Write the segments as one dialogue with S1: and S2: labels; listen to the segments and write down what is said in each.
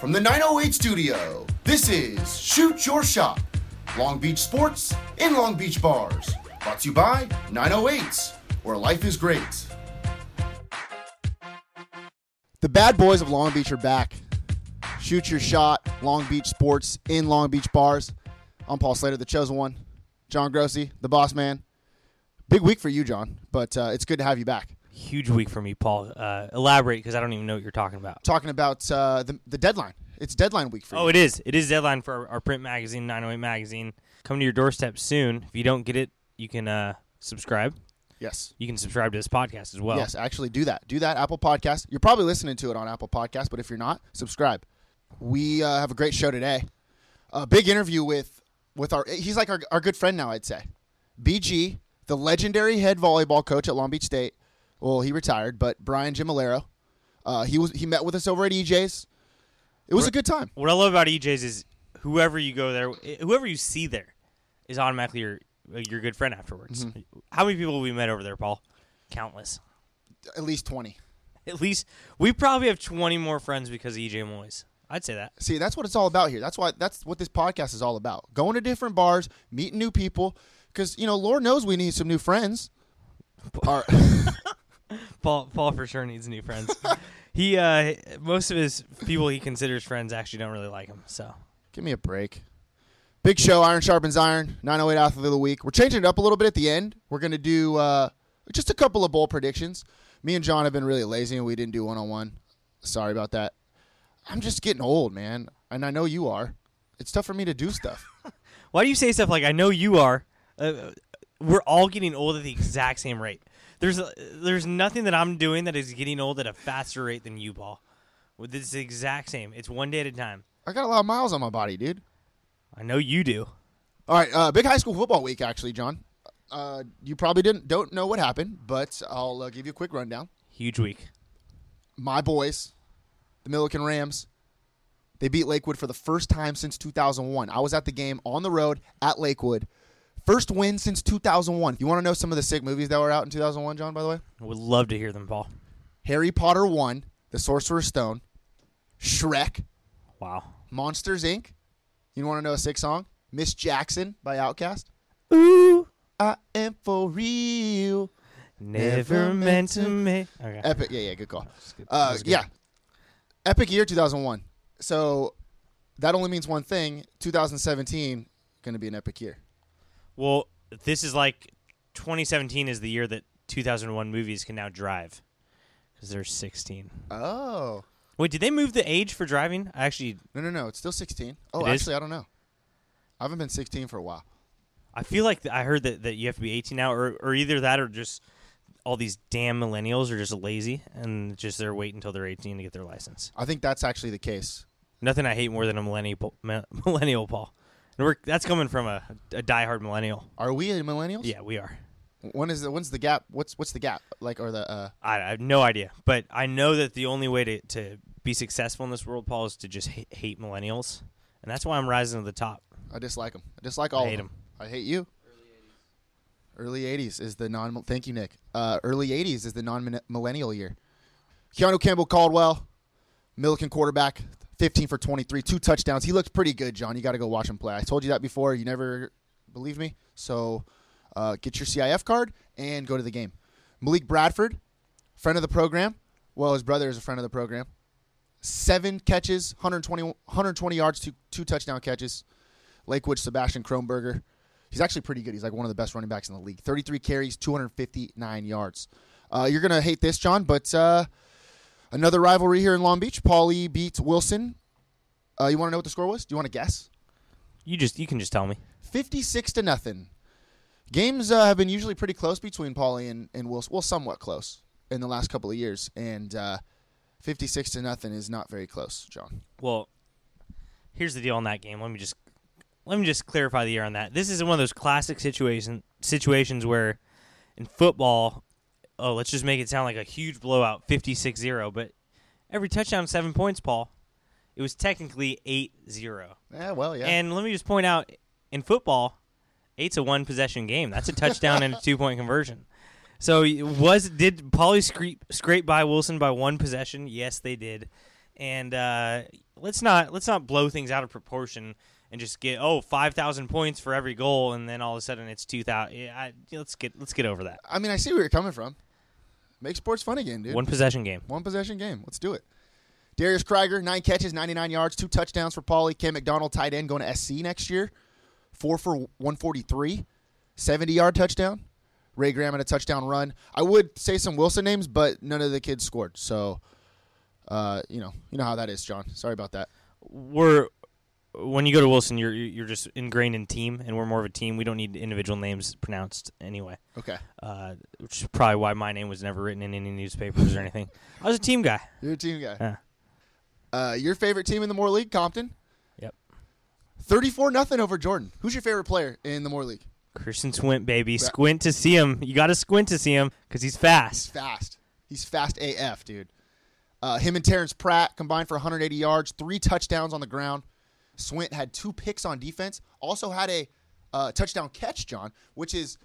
S1: from the 908 studio, this is Shoot Your Shot Long Beach Sports in Long Beach Bars. Brought to you by 908s, where life is great. The bad boys of Long Beach are back. Shoot Your Shot Long Beach Sports in Long Beach Bars. I'm Paul Slater, the chosen one. John Grossi, the boss man. Big week for you, John, but uh, it's good to have you back.
S2: Huge week for me, Paul. Uh, elaborate because I don't even know what you're talking about.
S1: Talking about uh, the, the deadline. It's deadline week for you.
S2: Oh, it is. It is deadline for our, our print magazine, 908 Magazine. Coming to your doorstep soon. If you don't get it, you can uh, subscribe.
S1: yes.
S2: You can subscribe to this podcast as well.
S1: Yes, actually do that. Do that. Apple Podcast. You're probably listening to it on Apple Podcast, but if you're not, subscribe. We uh, have a great show today. A big interview with with our he's like our, our good friend now. I'd say BG, the legendary head volleyball coach at Long Beach State. Well, he retired, but Brian Gimolero. Uh, he was he met with us over at EJ's. It was a good time.
S2: What I love about EJ's is whoever you go there, eh, whoever you see there, is automatically your uh, your good friend afterwards. How many people have we met over there, Paul? Countless.
S1: At least twenty.
S2: At least we probably have 20 more friends because of EJ Moyes. I'd say that.
S1: See, that's what it's all about here. That's why that's what this podcast is all about. Going to different bars, meeting new people, because you know, Lord knows we need some new friends. Our-
S2: Paul Paul for sure needs new friends. he uh most of his people he considers friends actually don't really like him. So
S1: Give me a break. Big show, Iron Sharpens Iron, 908 Athlete of the Week. We're changing it up a little bit at the end. We're going to do uh, just a couple of bowl predictions. Me and John have been really lazy and we didn't do one on one. Sorry about that. I'm just getting old, man. And I know you are. It's tough for me to do stuff.
S2: why do you say stuff like I know you are? Uh, we're all getting old at the exact same rate. There's uh, there's nothing that I'm doing that is getting old at a faster rate than you, Paul. With this exact same. It's one day at a time.
S1: I got a lot of miles on my body, dude.
S2: I know you do.
S1: All right, uh, big high school football week, actually, John. Uh, you probably didn't don't know what happened, but I'll uh, give you a quick rundown.
S2: Huge week.
S1: my boys, the Milliken Rams, they beat Lakewood for the first time since 2001. I was at the game on the road at Lakewood. First win since 2001. You want to know some of the sick movies that were out in 2001, John, by the way?
S2: Would love to hear them, Paul.
S1: Harry Potter 1, The Sorcerer's Stone, Shrek,
S2: Wow.
S1: Monsters Inc. You want to know a sick song? Miss Jackson by Outkast.
S2: Ooh.
S1: I am for real.
S2: Never meant to make. Okay.
S1: Epic. Yeah, yeah, good call. Uh, yeah. Epic year 2001. So that only means one thing 2017 going to be an epic year.
S2: Well, this is like 2017 is the year that 2001 movies can now drive because they're 16.
S1: Oh.
S2: Wait, did they move the age for driving? I actually,
S1: No, no, no. It's still 16. Oh,
S2: It is?
S1: actually, I don't know. I haven't been 16 for a while.
S2: I feel like I heard that, that you have to be 18 now, or, or either that or just all these damn millennials are just lazy and just they're waiting until they're 18 to get their license.
S1: I think that's actually the case.
S2: Nothing I hate more than a millennial, mi- millennial Paul. And we're, that's coming from a, a diehard millennial.
S1: Are we in millennials?
S2: Yeah, we are.
S1: When is the when's the gap? What's what's the gap? Like or the uh
S2: I, I have no idea, but I know that the only way to, to be successful in this world, Paul, is to just hate, hate millennials, and that's why I'm rising to the top.
S1: I dislike them. I dislike all
S2: hate
S1: of them. I hate you. Early 80s is the non. Thank you, Nick. Uh, early 80s is the non millennial year. Keanu Campbell Caldwell, Milliken quarterback, 15 for 23, two touchdowns. He looked pretty good, John. You got to go watch him play. I told you that before. You never believe me. So uh, get your CIF card and go to the game. Malik Bradford, friend of the program. Well, his brother is a friend of the program. Seven catches, 120, 120 yards, two, two touchdown catches. Lakewood Sebastian Kronberger. He's actually pretty good. He's like one of the best running backs in the league. 33 carries, 259 yards. Uh, you're going to hate this, John, but uh, another rivalry here in Long Beach. Paulie beats Wilson. Uh, you want to know what the score was? Do you want to guess?
S2: You just you can just tell me.
S1: 56 to nothing. Games uh, have been usually pretty close between Paulie and, and Wilson. Well, somewhat close in the last couple of years. And uh, 56 to nothing is not very close, John.
S2: Well, here's the deal on that game. Let me just let me just clarify the year on that. This is one of those classic situation situations where in football, oh, let's just make it sound like a huge blowout, 56-0, but every touchdown 7 points, Paul. It was technically 8-0.
S1: Yeah, well, yeah.
S2: And let me just point out in football, eight's a one possession game. That's a touchdown and a two point conversion. So was did Pauly scrape scrape by Wilson by one possession? Yes, they did. And uh, let's not let's not blow things out of proportion and just get oh 5,000 points for every goal and then all of a sudden it's 2,000. Yeah, I, let's get let's get over that.
S1: I mean, I see where you're coming from. Make sports fun again, dude.
S2: One possession game.
S1: One possession game. Let's do it. Darius Krieger, nine catches, 99 yards, two touchdowns for Paulie. Cam McDonald, tight end, going to SC next year. Four for 143, 70 yard touchdown. Ray Graham had a touchdown run. I would say some Wilson names, but none of the kids scored. So, uh, you know, you know how that is, John. Sorry about that.
S2: We're when you go to Wilson, you're you're just ingrained in team, and we're more of a team. We don't need individual names pronounced anyway.
S1: Okay,
S2: uh, which is probably why my name was never written in any newspapers or anything. I was a team guy.
S1: you're a team guy.
S2: Yeah.
S1: Uh, your favorite team in the Moore League, Compton,
S2: Yep.
S1: 34 nothing over Jordan. Who's your favorite player in the Moore League?
S2: Christian Squint, baby. Squint to see him. You got to squint to see him because he's fast.
S1: fast. He's fast AF, dude. Uh, him and Terrence Pratt combined for 180 yards, three touchdowns on the ground. Swint had two picks on defense. Also had a uh, touchdown catch, John, which is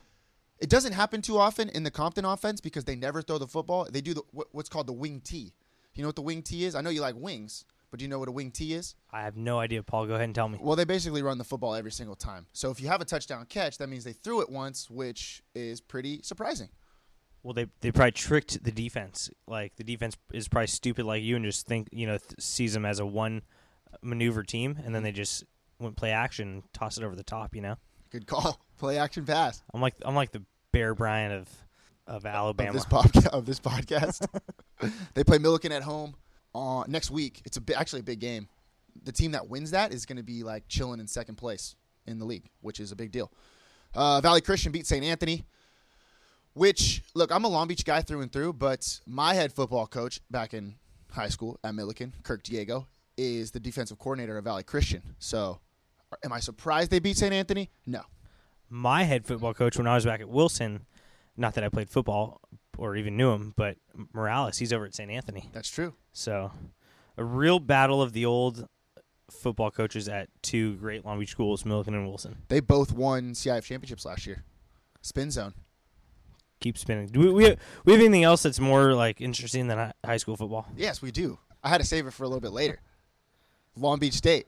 S1: it doesn't happen too often in the Compton offense because they never throw the football. They do the, what, what's called the wing T. You know what the wing T is? I know you like wings, but do you know what a wing T is?
S2: I have no idea, Paul. Go ahead and tell me.
S1: Well, they basically run the football every single time. So if you have a touchdown catch, that means they threw it once, which is pretty surprising.
S2: Well, they they probably tricked the defense. Like the defense is probably stupid like you and just think you know th- sees them as a one uh, maneuver team, and then they just went play action, and toss it over the top. You know,
S1: Good call. Play action pass.
S2: I'm like I'm like the Bear Bryant of of Alabama.
S1: of this, podca- of this podcast. they play Milliken at home uh, next week. It's a bi- actually a big game. The team that wins that is going to be like chilling in second place in the league, which is a big deal. Uh, Valley Christian beat St. Anthony, which, look, I'm a Long Beach guy through and through, but my head football coach back in high school at Milliken, Kirk Diego, is the defensive coordinator of Valley Christian. So are- am I surprised they beat St. Anthony? No.
S2: my head football coach when I was back at Wilson, not that I played football or even knew him, but Morales, he's over at St. Anthony.
S1: That's true.
S2: So a real battle of the old football coaches at two great Long Beach schools, Milliken and Wilson.
S1: They both won CIF championships last year. Spin zone.
S2: Keep spinning. Do we, we, have, we have anything else that's more like interesting than hi- high school football?
S1: Yes, we do. I had to save it for a little bit later. Long Beach State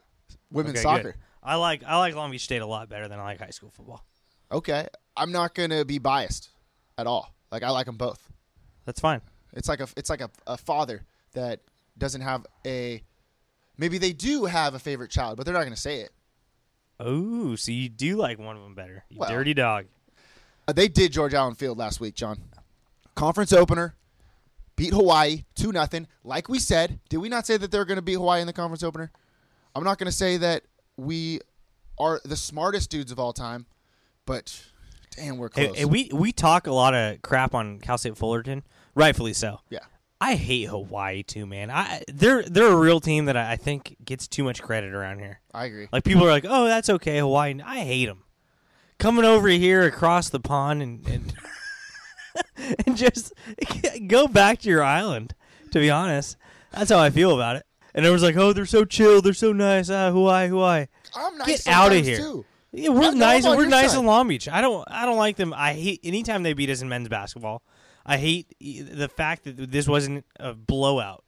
S1: women's
S2: Okay, good.
S1: soccer.
S2: I like I like Long Beach State a lot better than I like high school football.
S1: Okay, I'm not gonna be biased at all. Like I like them both.
S2: That's fine.
S1: It's like a it's like a, a father that doesn't have a maybe they do have a favorite child, but they're not gonna say it.
S2: Oh, so you do like one of them better. You
S1: Well-
S2: dirty dog.
S1: Uh, they did George Allen Field last week, John. Conference opener, beat Hawaii two nothing. Like we said, did we not say that they're going to beat Hawaii in the conference opener? I'm not going to say that we are the smartest dudes of all time, but damn, we're
S2: Hey,
S1: close.
S2: hey, we we talk a lot of crap on Cal State Fullerton, rightfully so.
S1: yeah,
S2: I hate Hawaii too, man. I they're they're a real team that I, I think gets too much credit around here.
S1: I agree.
S2: Like people are like, oh, that's okay, Hawaii. I hate them coming over here across the pond and and, and just go back to your island. To be honest, that's how I feel about it. And everyone's like, oh, they're so chill, they're so nice. Ah, Hawaii, Hawaii.
S1: I'm nice
S2: Get out of
S1: sometimes,
S2: here.
S1: too.
S2: Yeah, we're
S1: I'm not
S2: nice.
S1: on
S2: We're
S1: your
S2: nice
S1: side.
S2: in Long Beach. I don't. I don't like them. I hate anytime they beat us in men's basketball. I hate e- the fact that this wasn't a blowout.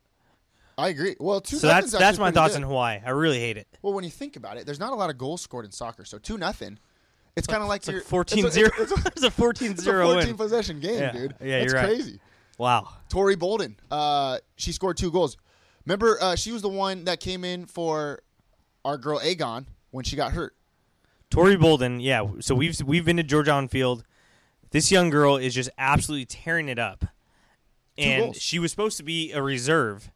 S1: I agree. Well, two.
S2: So that's
S1: nothing's
S2: that's
S1: actually
S2: my
S1: pretty
S2: thoughts
S1: good.
S2: on Hawaii. I really hate it.
S1: Well, when you think about it, there's not a lot of goals scored in soccer, so two nothing. It's kind of like
S2: It's
S1: your
S2: like
S1: it's a-
S2: 14
S1: it's
S2: 0.
S1: a- It's a,
S2: It's a 14
S1: it's a
S2: 0
S1: 14
S2: win.
S1: possession game,
S2: Yeah.
S1: dude.
S2: Yeah,
S1: that's
S2: you're right.
S1: crazy.
S2: Wow.
S1: Tori Bolden. Uh, she scored two goals. Remember, uh, she was the one that came in for our girl Agon when she got hurt.
S2: Tori Bolden, yeah. So we've we've been to Georgetown Field. This young girl is just absolutely tearing it up, and
S1: goals.
S2: she was supposed to be a reserve.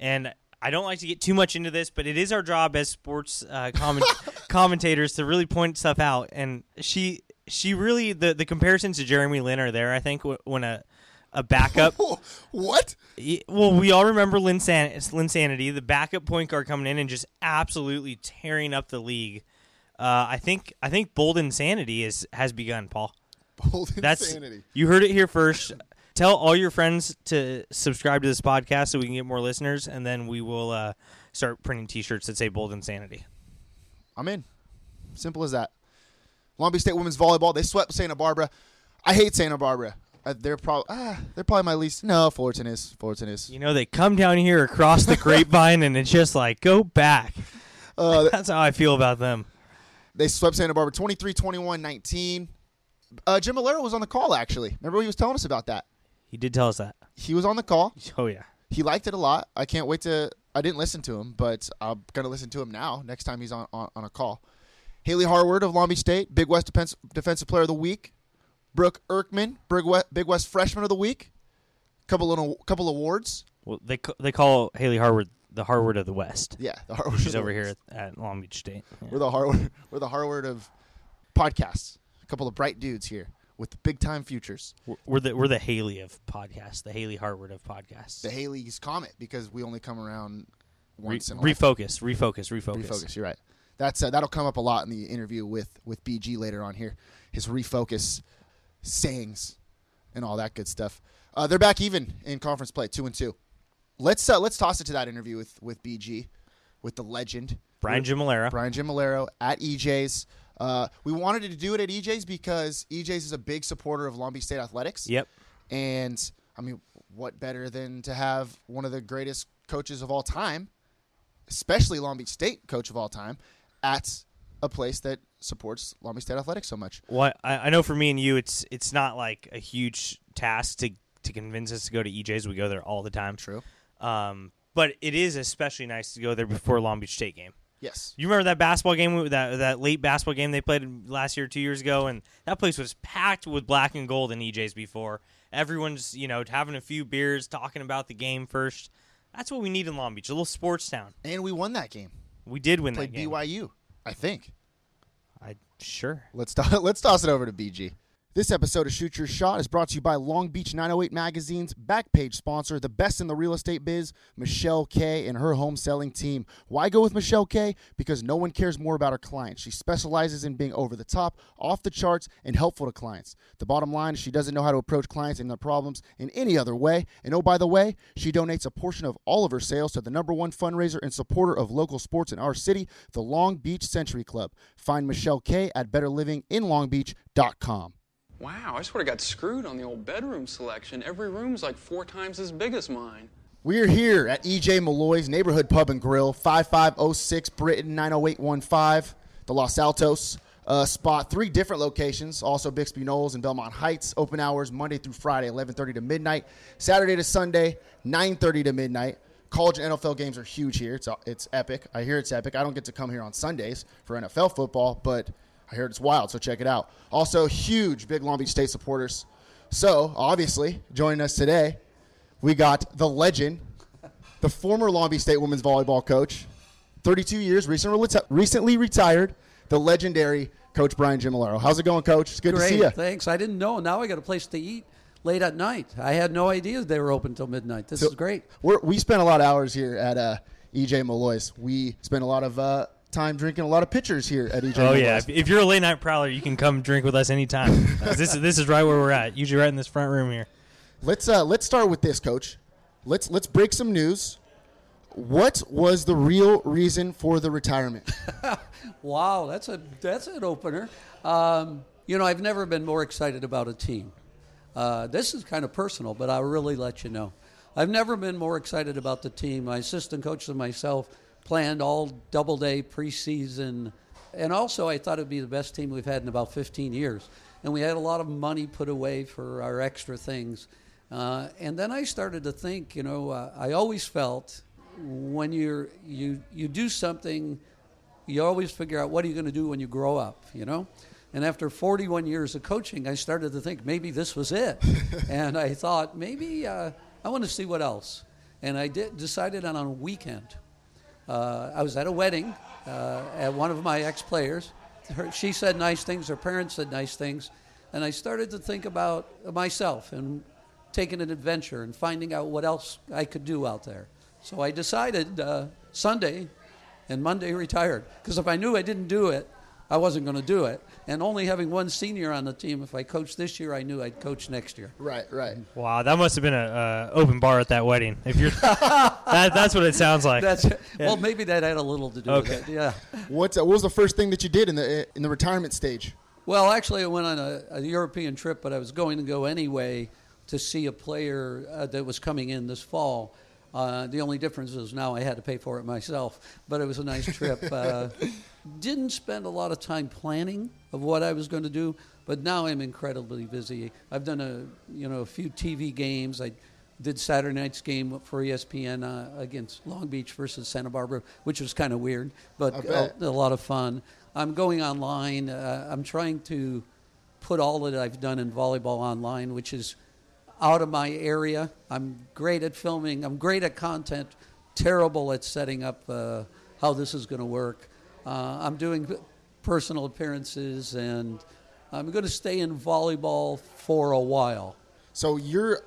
S2: And I don't like to get too much into this, but it is our job as sports uh, comment- commentators to really point stuff out. And she she really the the comparisons to Jeremy Lin are there. I think wh- when a a backup.
S1: what?
S2: Y- well, we all remember Lin San- Linsanity, the backup point guard coming in and just absolutely tearing up the league. Uh, I think I think bold insanity is has begun, Paul.
S1: Bold
S2: That's
S1: insanity.
S2: you heard it here first. Tell all your friends to subscribe to this podcast so we can get more listeners, and then we will uh, start printing T-shirts that say "Bold Insanity."
S1: I'm in. Simple as that. Long Beach State women's volleyball. They swept Santa Barbara. I hate Santa Barbara. Uh, they're probably ah, they're probably my least. No, Fullerton is. Fullerton is.
S2: You know, they come down here across the grapevine, and it's just like go back.
S1: Uh,
S2: That's how I feel about them.
S1: They swept Santa Barbara 23 21 19. Uh, Jim Valero was on the call, actually. Remember, he was telling us about that.
S2: He did tell us that.
S1: He was on the call.
S2: Oh yeah.
S1: He liked it a lot. I can't wait to. I didn't listen to him, but I'm going to listen to him now next time he's on, on, on a call. Haley Harward of Long Beach State, Big West Depen- Defensive Player of the Week. Brooke Erkman, Big West, Big West Freshman of the Week. Couple little couple awards.
S2: Well, they ca- they call Haley Harward the Harward of the West.
S1: Yeah, the Harward.
S2: She's over here at, at Long Beach State. Yeah.
S1: We're the Harward. We're the Harward of podcasts. A couple of bright dudes here with big time futures.
S2: We're, we're the we're the Haley of podcasts, the Haley Harward of podcasts.
S1: the Haley's Comet because we only come around
S2: Re-
S1: once in a life-
S2: refocus, refocus, refocus,
S1: refocus. You're right. That's uh, that'll come up a lot in the interview with with BG later on here. His refocus sayings and all that good stuff. Uh, they're back even in conference play, two and two. Let's uh, let's toss it to that interview with with BG, with the legend
S2: Brian Gimalera.
S1: Brian Gimolero at EJ's. Uh, we wanted to do it at EJ's because EJ's is a big supporter of Long Beach State athletics.
S2: Yep.
S1: And I mean, what better than to have one of the greatest coaches of all time, especially Long Beach State coach of all time, at a place that supports Long Beach State athletics so much?
S2: Well, I, I know for me and you, it's it's not like a huge task to to convince us to go to EJ's. We go there all the time.
S1: True.
S2: Um, but it is especially nice to go there before Long Beach State game.
S1: Yes.
S2: You remember that basketball game, we- that that late basketball game they played last year, two years ago, and that place was packed with black and gold and EJ's before. Everyone's you know having a few beers, talking about the game first. That's what we need in Long Beach, a little sports town.
S1: And we won that game.
S2: We did win
S1: Played
S2: that game.
S1: BYU, I think.
S2: I sure.
S1: Let's to- let's toss it over to BG. This episode of Shoot Your Shot is brought to you by Long Beach 908 Magazine's backpage sponsor, the best in the real estate biz, Michelle K and her home selling team. Why go with Michelle K? Because no one cares more about her clients. She specializes in being over the top, off the charts, and helpful to clients. The bottom line is she doesn't know how to approach clients and their problems in any other way. And oh, by the way, she donates a portion of all of her sales to the number one fundraiser and supporter of local sports in our city, the Long Beach Century Club. Find Michelle K at betterlivinginlongbeach.com.
S3: Wow, I sort of got screwed on the old bedroom selection. Every room's like four times as big as mine.
S1: We are here at EJ Malloy's Neighborhood Pub and Grill, 5506 Britain 90815, the Los Altos uh, spot. Three different locations, also Bixby Knowles and Belmont Heights. Open hours Monday through Friday, 11:30 to midnight. Saturday to Sunday, 9:30 to midnight. College and NFL games are huge here. It's uh, it's epic. I hear it's epic. I don't get to come here on Sundays for NFL football, but I heard it's wild. So check it out. Also, huge big Long Beach State supporters. So obviously, joining us today we got the legend, the former Long Beach State women's volleyball coach, 32 years, recently, reti- recently retired, the legendary Coach Brian Gimolaro. How's it going, Coach? It's good to see
S4: Great,
S1: you.
S4: thanks. I didn't know. Now I got a place to eat late at night. I had no idea they were open till midnight. This is great.
S1: We're, we spent a lot of hours here at uh, EJ Malloy's. We spent a lot of uh, time drinking a lot of pitchers here at E EJ
S2: Oh
S1: Malloy's.
S2: yeah, if, if you're a late night prowler, you can come drink with us anytime. 'Cause this is this is right where we're at. Usually right in this front room here.
S1: Let's uh, let's start with this, Coach. Let's let's break some news. What was the real reason for the retirement?
S4: Wow, that's a that's an opener. Um, you know, I've never been more excited about a team. Uh, this is kind of personal, but I'll really let you know. I've never been more excited about the team. My assistant coaches and myself planned all double day preseason, and also I thought it'd be the best team we've had in about 15 years. And we had a lot of money put away for our extra things. Uh, and then I started to think, you know, uh, I always felt when you're you you do something you always figure out what are you going to do when you grow up, you know? And after 41 years of coaching, I started to think maybe this was it. and I thought maybe uh, I want to see what else. And I did, decided on a weekend. Uh, I was at a wedding uh, at one of my ex players. She said nice things, her parents said nice things. And I started to think about myself and taking an adventure and finding out what else I could do out there. So I decided uh, Sunday and Monday retired because if I knew I didn't do it, I wasn't going to do it. And only having one senior on the team, if I coached this year, I knew I'd coach next year.
S1: Right, right.
S2: Wow, that must have been a uh, open bar at that wedding. If you're, that, that's what it sounds like.
S4: That's well, maybe that had a little to do
S2: Okay.
S4: with it. Yeah.
S1: What's what was the first thing that you did in the in the retirement stage?
S4: Well, actually, I went on a, a European trip, but I was going to go anyway to see a player uh, that was coming in this fall. Uh, the only difference is now I had to pay for it myself, but it was a nice trip. Uh, didn't spend a lot of time planning of what I was going to do, but now I'm incredibly busy. I've done a you know a few TV games. I did Saturday night's game for ESPN uh, against Long Beach versus Santa Barbara, which was kind of weird, but uh,
S1: I bet.
S4: a, a lot of fun. I'm going online. Uh, I'm trying to put all that I've done in volleyball online, which is out of my area. I'm great at filming. I'm great at content. Terrible at setting up uh, how this is going to work. Uh, I'm doing p- personal appearances, and I'm going to stay in volleyball for a while.
S1: So you're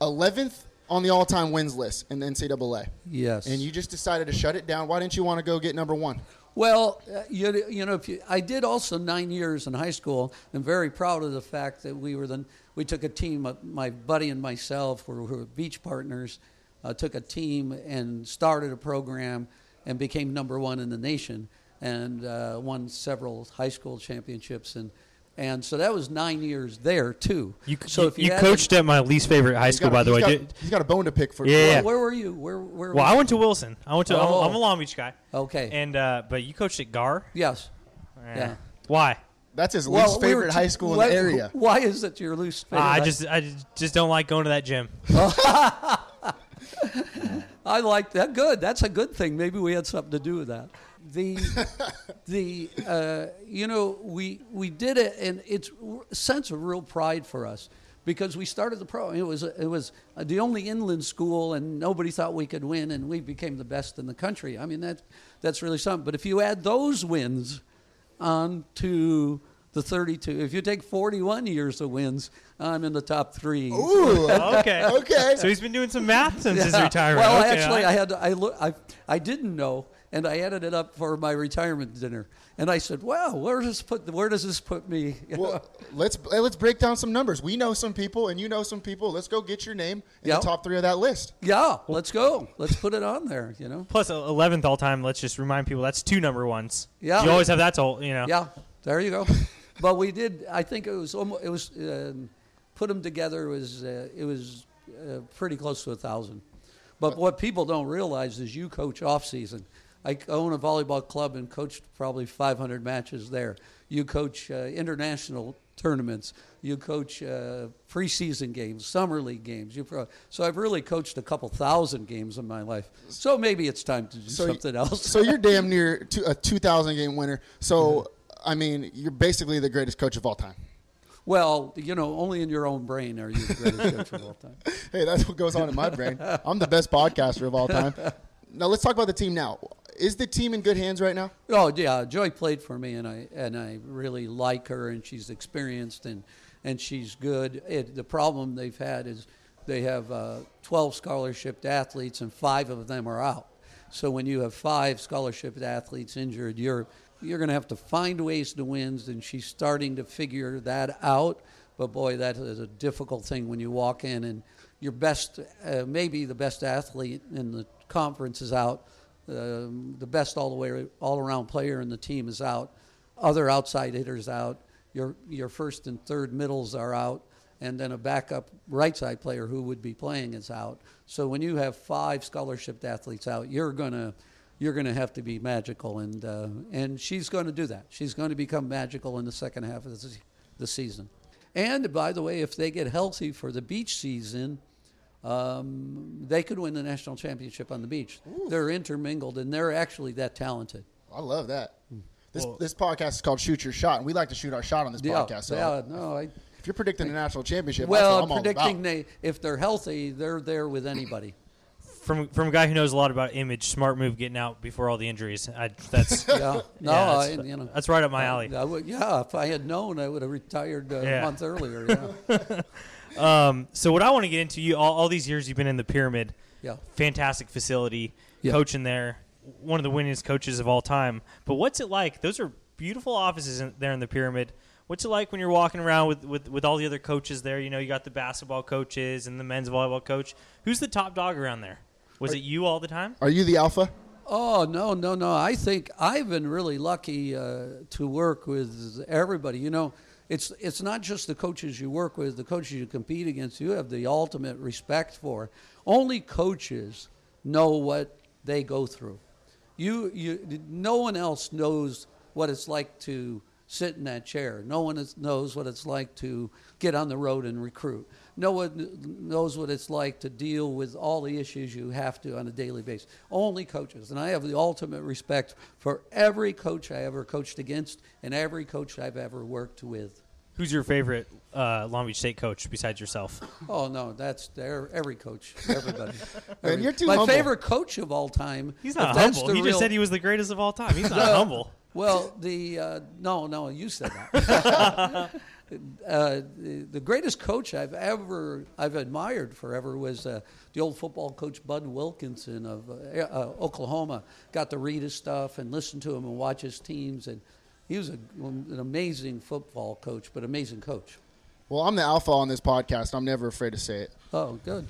S1: 11th on the all-time wins list in the NCAA,
S4: Yes.
S1: and you just decided to shut it down. Why didn't you want to go get number one?
S4: Well, uh, you, you know, if you, I did also nine years in high school. I'm very proud of the fact that we were the we took a team. uh, My buddy and myself who were beach partners. Uh, took a team and started a program and became number one in the nation and uh, won several high school championships and and so that was nine years there too.
S2: You,
S4: so
S2: you,
S4: if you, had-
S2: coached at my least favorite high
S1: He's
S2: school,
S1: got a-
S2: Oh, by the way.
S1: he's
S2: Did-
S1: got, he's got a bone to pick for.
S2: Yeah, yeah.
S4: Where were you? Where where?
S2: well,
S4: were
S2: I
S4: you?
S2: went to Wilson. I went to. I'm-
S4: Oh.
S2: I'm, a Long Beach guy.
S4: Okay.
S2: And uh, but you coached at Gar.
S4: Yes.
S2: Eh.
S4: Yeah.
S2: Why?
S1: That's his
S4: Well,
S1: least
S4: we were
S1: favorite
S4: t-
S1: high school
S4: why-
S1: in the area.
S4: Why is it your least
S2: Uh,
S4: favorite?
S2: I
S4: high-
S2: just I j- just don't like going to that gym.
S4: I like that. Good. That's a good thing. Maybe we had something to do with that. The, the, uh, you know, we we did it, and it's a sense of real pride for us because we started the pro. It was it was the only inland school, and nobody thought we could win, and we became the best in the country. I mean, that that's really something. But if you add those wins on to the 32, if you take 41 years of wins, I'm in the top three.
S1: Ooh,
S2: Okay.
S1: Okay.
S2: So he's been doing some math since his
S4: Yeah.
S2: retirement.
S4: Well,
S2: Okay,
S4: actually,
S2: I-
S4: I had I look I I didn't know, and I added it up for my retirement dinner, and I said, "Wow, where does this put where does this put me?" You know?
S1: well, let's let's break down some numbers. We know some people, and you know some people. Let's go get your name in
S4: Yep.
S1: the top three of that list.
S4: yeah, let's go. Let's put it on there. You know.
S2: plus eleventh all time. Let's just remind people that's two number ones.
S4: Yeah.
S2: You always have that to hold, you know.
S4: Yeah, there you go. but we did. I think it was almost it was um put them together was uh, it was uh, pretty close to a thousand. But what people don't realize is you coach off season. I c- own a volleyball club and coached probably 500 matches there. You coach uh, international tournaments. You coach uh, preseason games, summer league games. You pro- so I've really coached a couple thousand games in my life. So maybe it's time to do
S1: So y-
S4: something else.
S1: So you're damn near two, a 2,000 game winner. So
S4: Mm-hmm.
S1: I mean, you're basically the greatest coach of all time.
S4: well, you know, only in your own brain are you the greatest coach of all time.
S1: Hey, that's what goes on in my brain. I'm the best podcaster of all time. Now let's talk about the team. Now, is the team in good hands right now?
S4: Oh yeah, Joy played for me, and I and I really like her, and she's experienced and and she's good. It, the problem they've had is they have uh, twelve scholarship athletes, and five of them are out. So when you have five scholarship athletes injured, you're you're going to have to find ways to win, and she's starting to figure that out. But boy, that is a difficult thing when you walk in and your best, uh, maybe the best athlete in the conference is out um, the best all the way all around player in the team is out. Other outside hitters out. Your your first and third middles are out, and then a backup right side player who would be playing is out. So when you have five scholarship athletes out, you're gonna you're gonna have to be magical, and uh, and she's going to do that. She's going to become magical in the second half of the, se- the season. And by the way, if they get healthy for the beach season, they could win the national championship on the beach. They're intermingled and they're actually that talented.
S1: I love that. This this podcast is called Shoot Your Shot, and we like to shoot our shot on this
S4: Yeah,
S1: podcast. So
S4: oh, yeah, no, I,
S1: if you're predicting a national championship,
S4: well,
S1: that's what I'm all
S4: predicting
S1: about.
S4: they if they're healthy, they're there with anybody.
S2: From from a guy who knows a lot about image, smart move getting out before all the injuries. I, that's
S4: Yeah, no,
S2: Yeah,
S4: I,
S2: that's-
S4: you know,
S2: that's right up my alley.
S4: I would- yeah, if I had known, I would have retired uh, a
S2: Yeah.
S4: month earlier. Yeah.
S2: Um, so what I want to get into you all, all these years you've been in the pyramid.
S4: Yeah.
S2: Fantastic facility,
S4: Yeah.
S2: coaching there, one of the winningest coaches of all time. But what's it like? Those are beautiful offices in, there in the pyramid. What's it like when you're walking around with, with, with all the other coaches there? You know, you got the basketball coaches and the men's volleyball coach. Who's the top dog around there? Was it you all the time?
S1: Are you the alpha?
S4: Oh no, no, no! I think I've been really lucky uh, to work with everybody. You know, it's it's not just the coaches you work with, the coaches you compete against. You have the ultimate respect for. Only coaches know what they go through. You, you, no one else knows what it's like to sit in that chair. No one is, knows what it's like to get on the road and recruit. No one knows what it's like to deal with all the issues you have to on a daily basis. Only coaches, and I have the ultimate respect for every coach I ever coached against and every coach I've ever worked with.
S2: Who's your favorite uh, Long Beach State coach besides yourself?
S4: Oh no, that's there. Every coach, everybody. Every-
S1: you're too
S4: My
S1: humble.
S4: favorite coach of all time.
S2: He's not
S4: if that's
S2: humble.
S4: the
S2: He
S4: real-
S2: just said he was the greatest of all time. He's not
S4: Uh,
S2: humble.
S4: Well, the uh, no, no, you said that. uh, the, the greatest coach I've ever I've admired forever was uh, the old football coach Bud Wilkinson of uh, uh, Oklahoma. Got to read his stuff and listen to him and watch his teams, and he was a, an amazing football coach, but amazing coach.
S1: Well, I'm the alpha on this podcast. I'm never afraid to say it.
S4: Oh, good.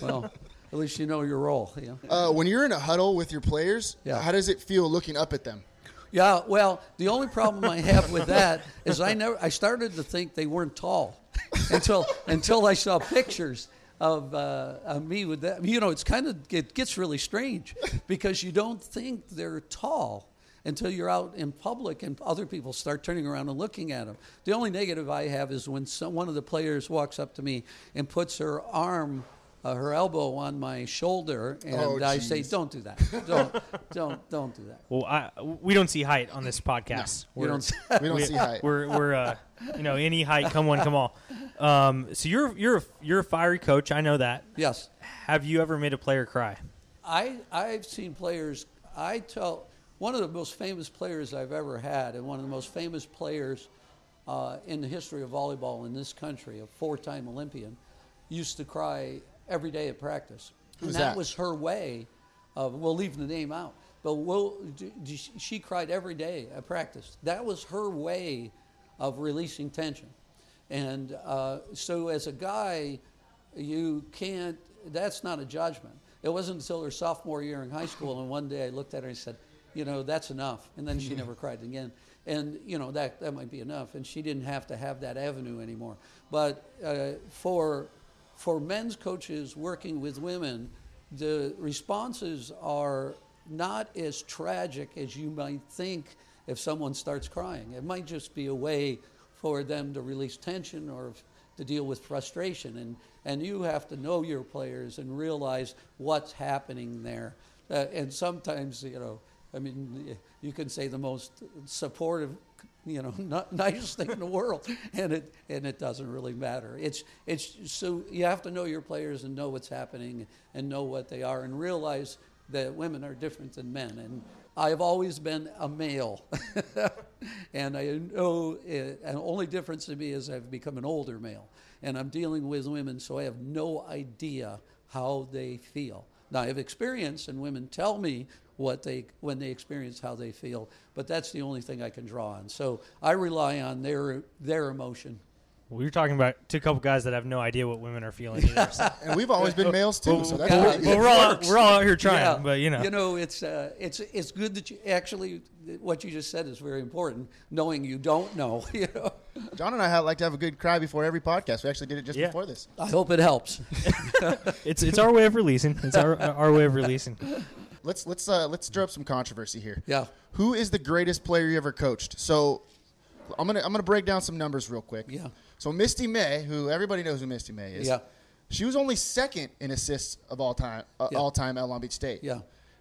S4: Well, at least you know your role. Yeah.
S1: Uh, when you're in a huddle with your players,
S4: Yeah.
S1: how does it feel looking up at them?
S4: Yeah, well, the only problem I have with that is I never I started to think they weren't tall until until I saw pictures of, uh, of me with that. You know, it's kind of it gets really strange because you don't think they're tall until you're out in public and other people start turning around and looking at them. The only negative I have is when some, one of the players walks up to me and puts her arm. Uh, her elbow on my shoulder, and
S1: Oh,
S4: I say,
S1: jeez.
S4: "Don't do that! Don't, don't, don't do that!"
S2: Well, I, we don't see height on this podcast.
S4: You
S2: We're-
S4: don't. say-
S1: We don't see height.
S2: We're we're uh, you know any height, come one, come all. Um, so you're you're a, you're a fiery coach. I know that.
S4: yes.
S2: Have you ever made a player cry?
S4: I I've seen players. I tell one of the most famous players I've ever had, and one of the most famous players uh, in the history of volleyball in this country, a four-time Olympian, used to cry every day at practice, and
S1: Who's
S4: that
S1: that?
S4: was her way of we'll leave the name out, but we'll, d- d- she cried every day at practice. That was her way of releasing tension, and uh, so as a guy, you can't. That's not a judgment. It wasn't until her sophomore year in high school, and one day I looked at her and said, "You know, that's enough." And then she never cried again. And you know that that might be enough. And she didn't have to have that avenue anymore. But uh, for for men's coaches working with women, the responses are not as tragic as you might think if someone starts crying. It might just be a way for them to release tension or to deal with frustration. And, and you have to know your players and realize what's happening there. Uh, and sometimes, you know, I mean, you can say the most supportive, you know, not nice thing in the world, and it and it doesn't really matter. It's it's so you have to know your players and know what's happening and know what they are and realize that women are different than men. And I've always been a male, and I know it, and the only difference to me is I've become an older male, and I'm dealing with women, so I have no idea how they feel. Now I have experience, and women tell me what they when they experience how they feel, but that's the only thing I can draw on. So I rely on their their emotion.
S2: We were talking about two couple guys that have no idea what women are feeling. Either, so.
S1: And we've always been males too, so that's
S4: yeah.
S1: pretty
S2: well,
S1: good.
S2: we're all out, we're all out here trying,
S4: Yeah,
S2: but you know,
S4: you know, it's uh, it's it's good that you actually what you just said is very important. Knowing you don't know, you know,
S1: John and I have, like to have a good cry before every podcast. We actually did it just
S2: Yeah.
S1: before this.
S4: I hope it helps.
S2: it's it's our way of releasing. It's our our way of releasing.
S1: Let's let's uh, let's stir up some controversy here.
S4: Yeah.
S1: Who is the greatest player you ever coached? So I'm gonna I'm gonna break down some numbers real quick.
S4: Yeah.
S1: So Misty May, who everybody knows who Misty May is.
S4: Yeah.
S1: She was only second in assists of all time uh,
S4: Yeah.
S1: all time at Long Beach State.
S4: Yeah.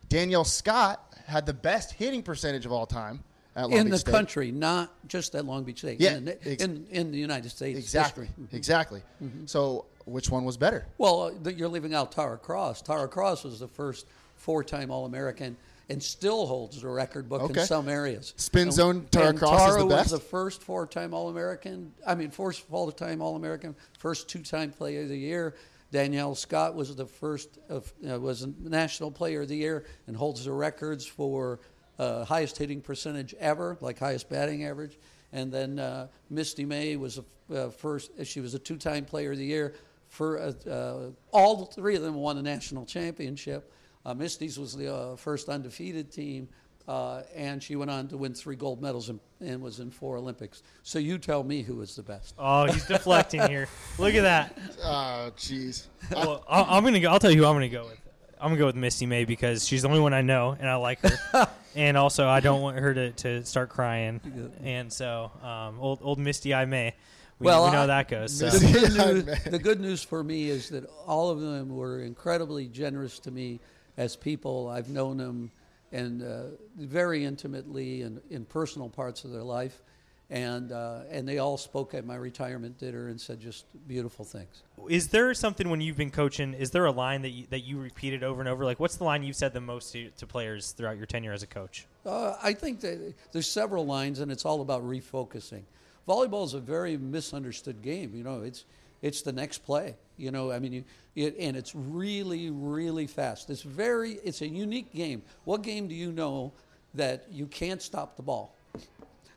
S1: Danielle Scott had the best hitting percentage of all time at Long
S4: in
S1: Beach
S4: the
S1: State.
S4: country, not just at Long Beach State.
S1: Yeah,
S4: in, the,
S1: ex-
S4: in, in the United States.
S1: Exactly.
S4: history. Mm-hmm.
S1: Exactly. So which one was better?
S4: Well, uh, th- you're leaving out Tara Cross. Tara Cross was the first four-time All-American, and still holds the record book
S1: Okay.
S4: in some areas.
S1: Spin
S4: And-
S1: zone, Tara
S4: and
S1: Cross is
S4: Tara
S1: the best?
S4: was the first four-time All-American. I mean, first all-time All-American, first two-time Player of the Year. Danielle Scott was the first of uh, was a National Player of the Year and holds the records for uh, highest hitting percentage ever, like highest batting average. And then uh, Misty May was the uh, first. She was a two-time Player of the Year. For uh, uh, all three of them won a national championship. Uh, Misty's was the uh, first undefeated team, uh, and she went on to win three gold medals and, and was in four Olympics. So you tell me who is the best.
S2: Oh, he's deflecting here. Look at that.
S1: Oh, jeez.
S2: Well, I, I'm gonna. Go, I'll tell you who I'm gonna go with. I'm gonna go with Misty May because she's the only one I know, and I like her. and also, I don't want her to, to start crying. And so, um, old old Misty I May. We,
S4: Well,
S2: we know
S4: I-
S2: that goes. So.
S4: The good, news, the good news for me is that all of them were incredibly generous to me as people. I've known them and uh, very intimately and in personal parts of their life, and uh, and they all spoke at my retirement dinner and said just beautiful things.
S2: Is there something when you've been coaching? Is there a line that you, that you repeated over and over? Like, what's the line you've said the most to, to players throughout your tenure as a coach?
S4: Uh, I think that there's several lines, and it's all about refocusing. Volleyball is a very misunderstood game. You know, it's it's the next play. You know, I mean, you, it, and it's really, really fast. It's very, it's a unique game. What game do you know that you can't stop the ball?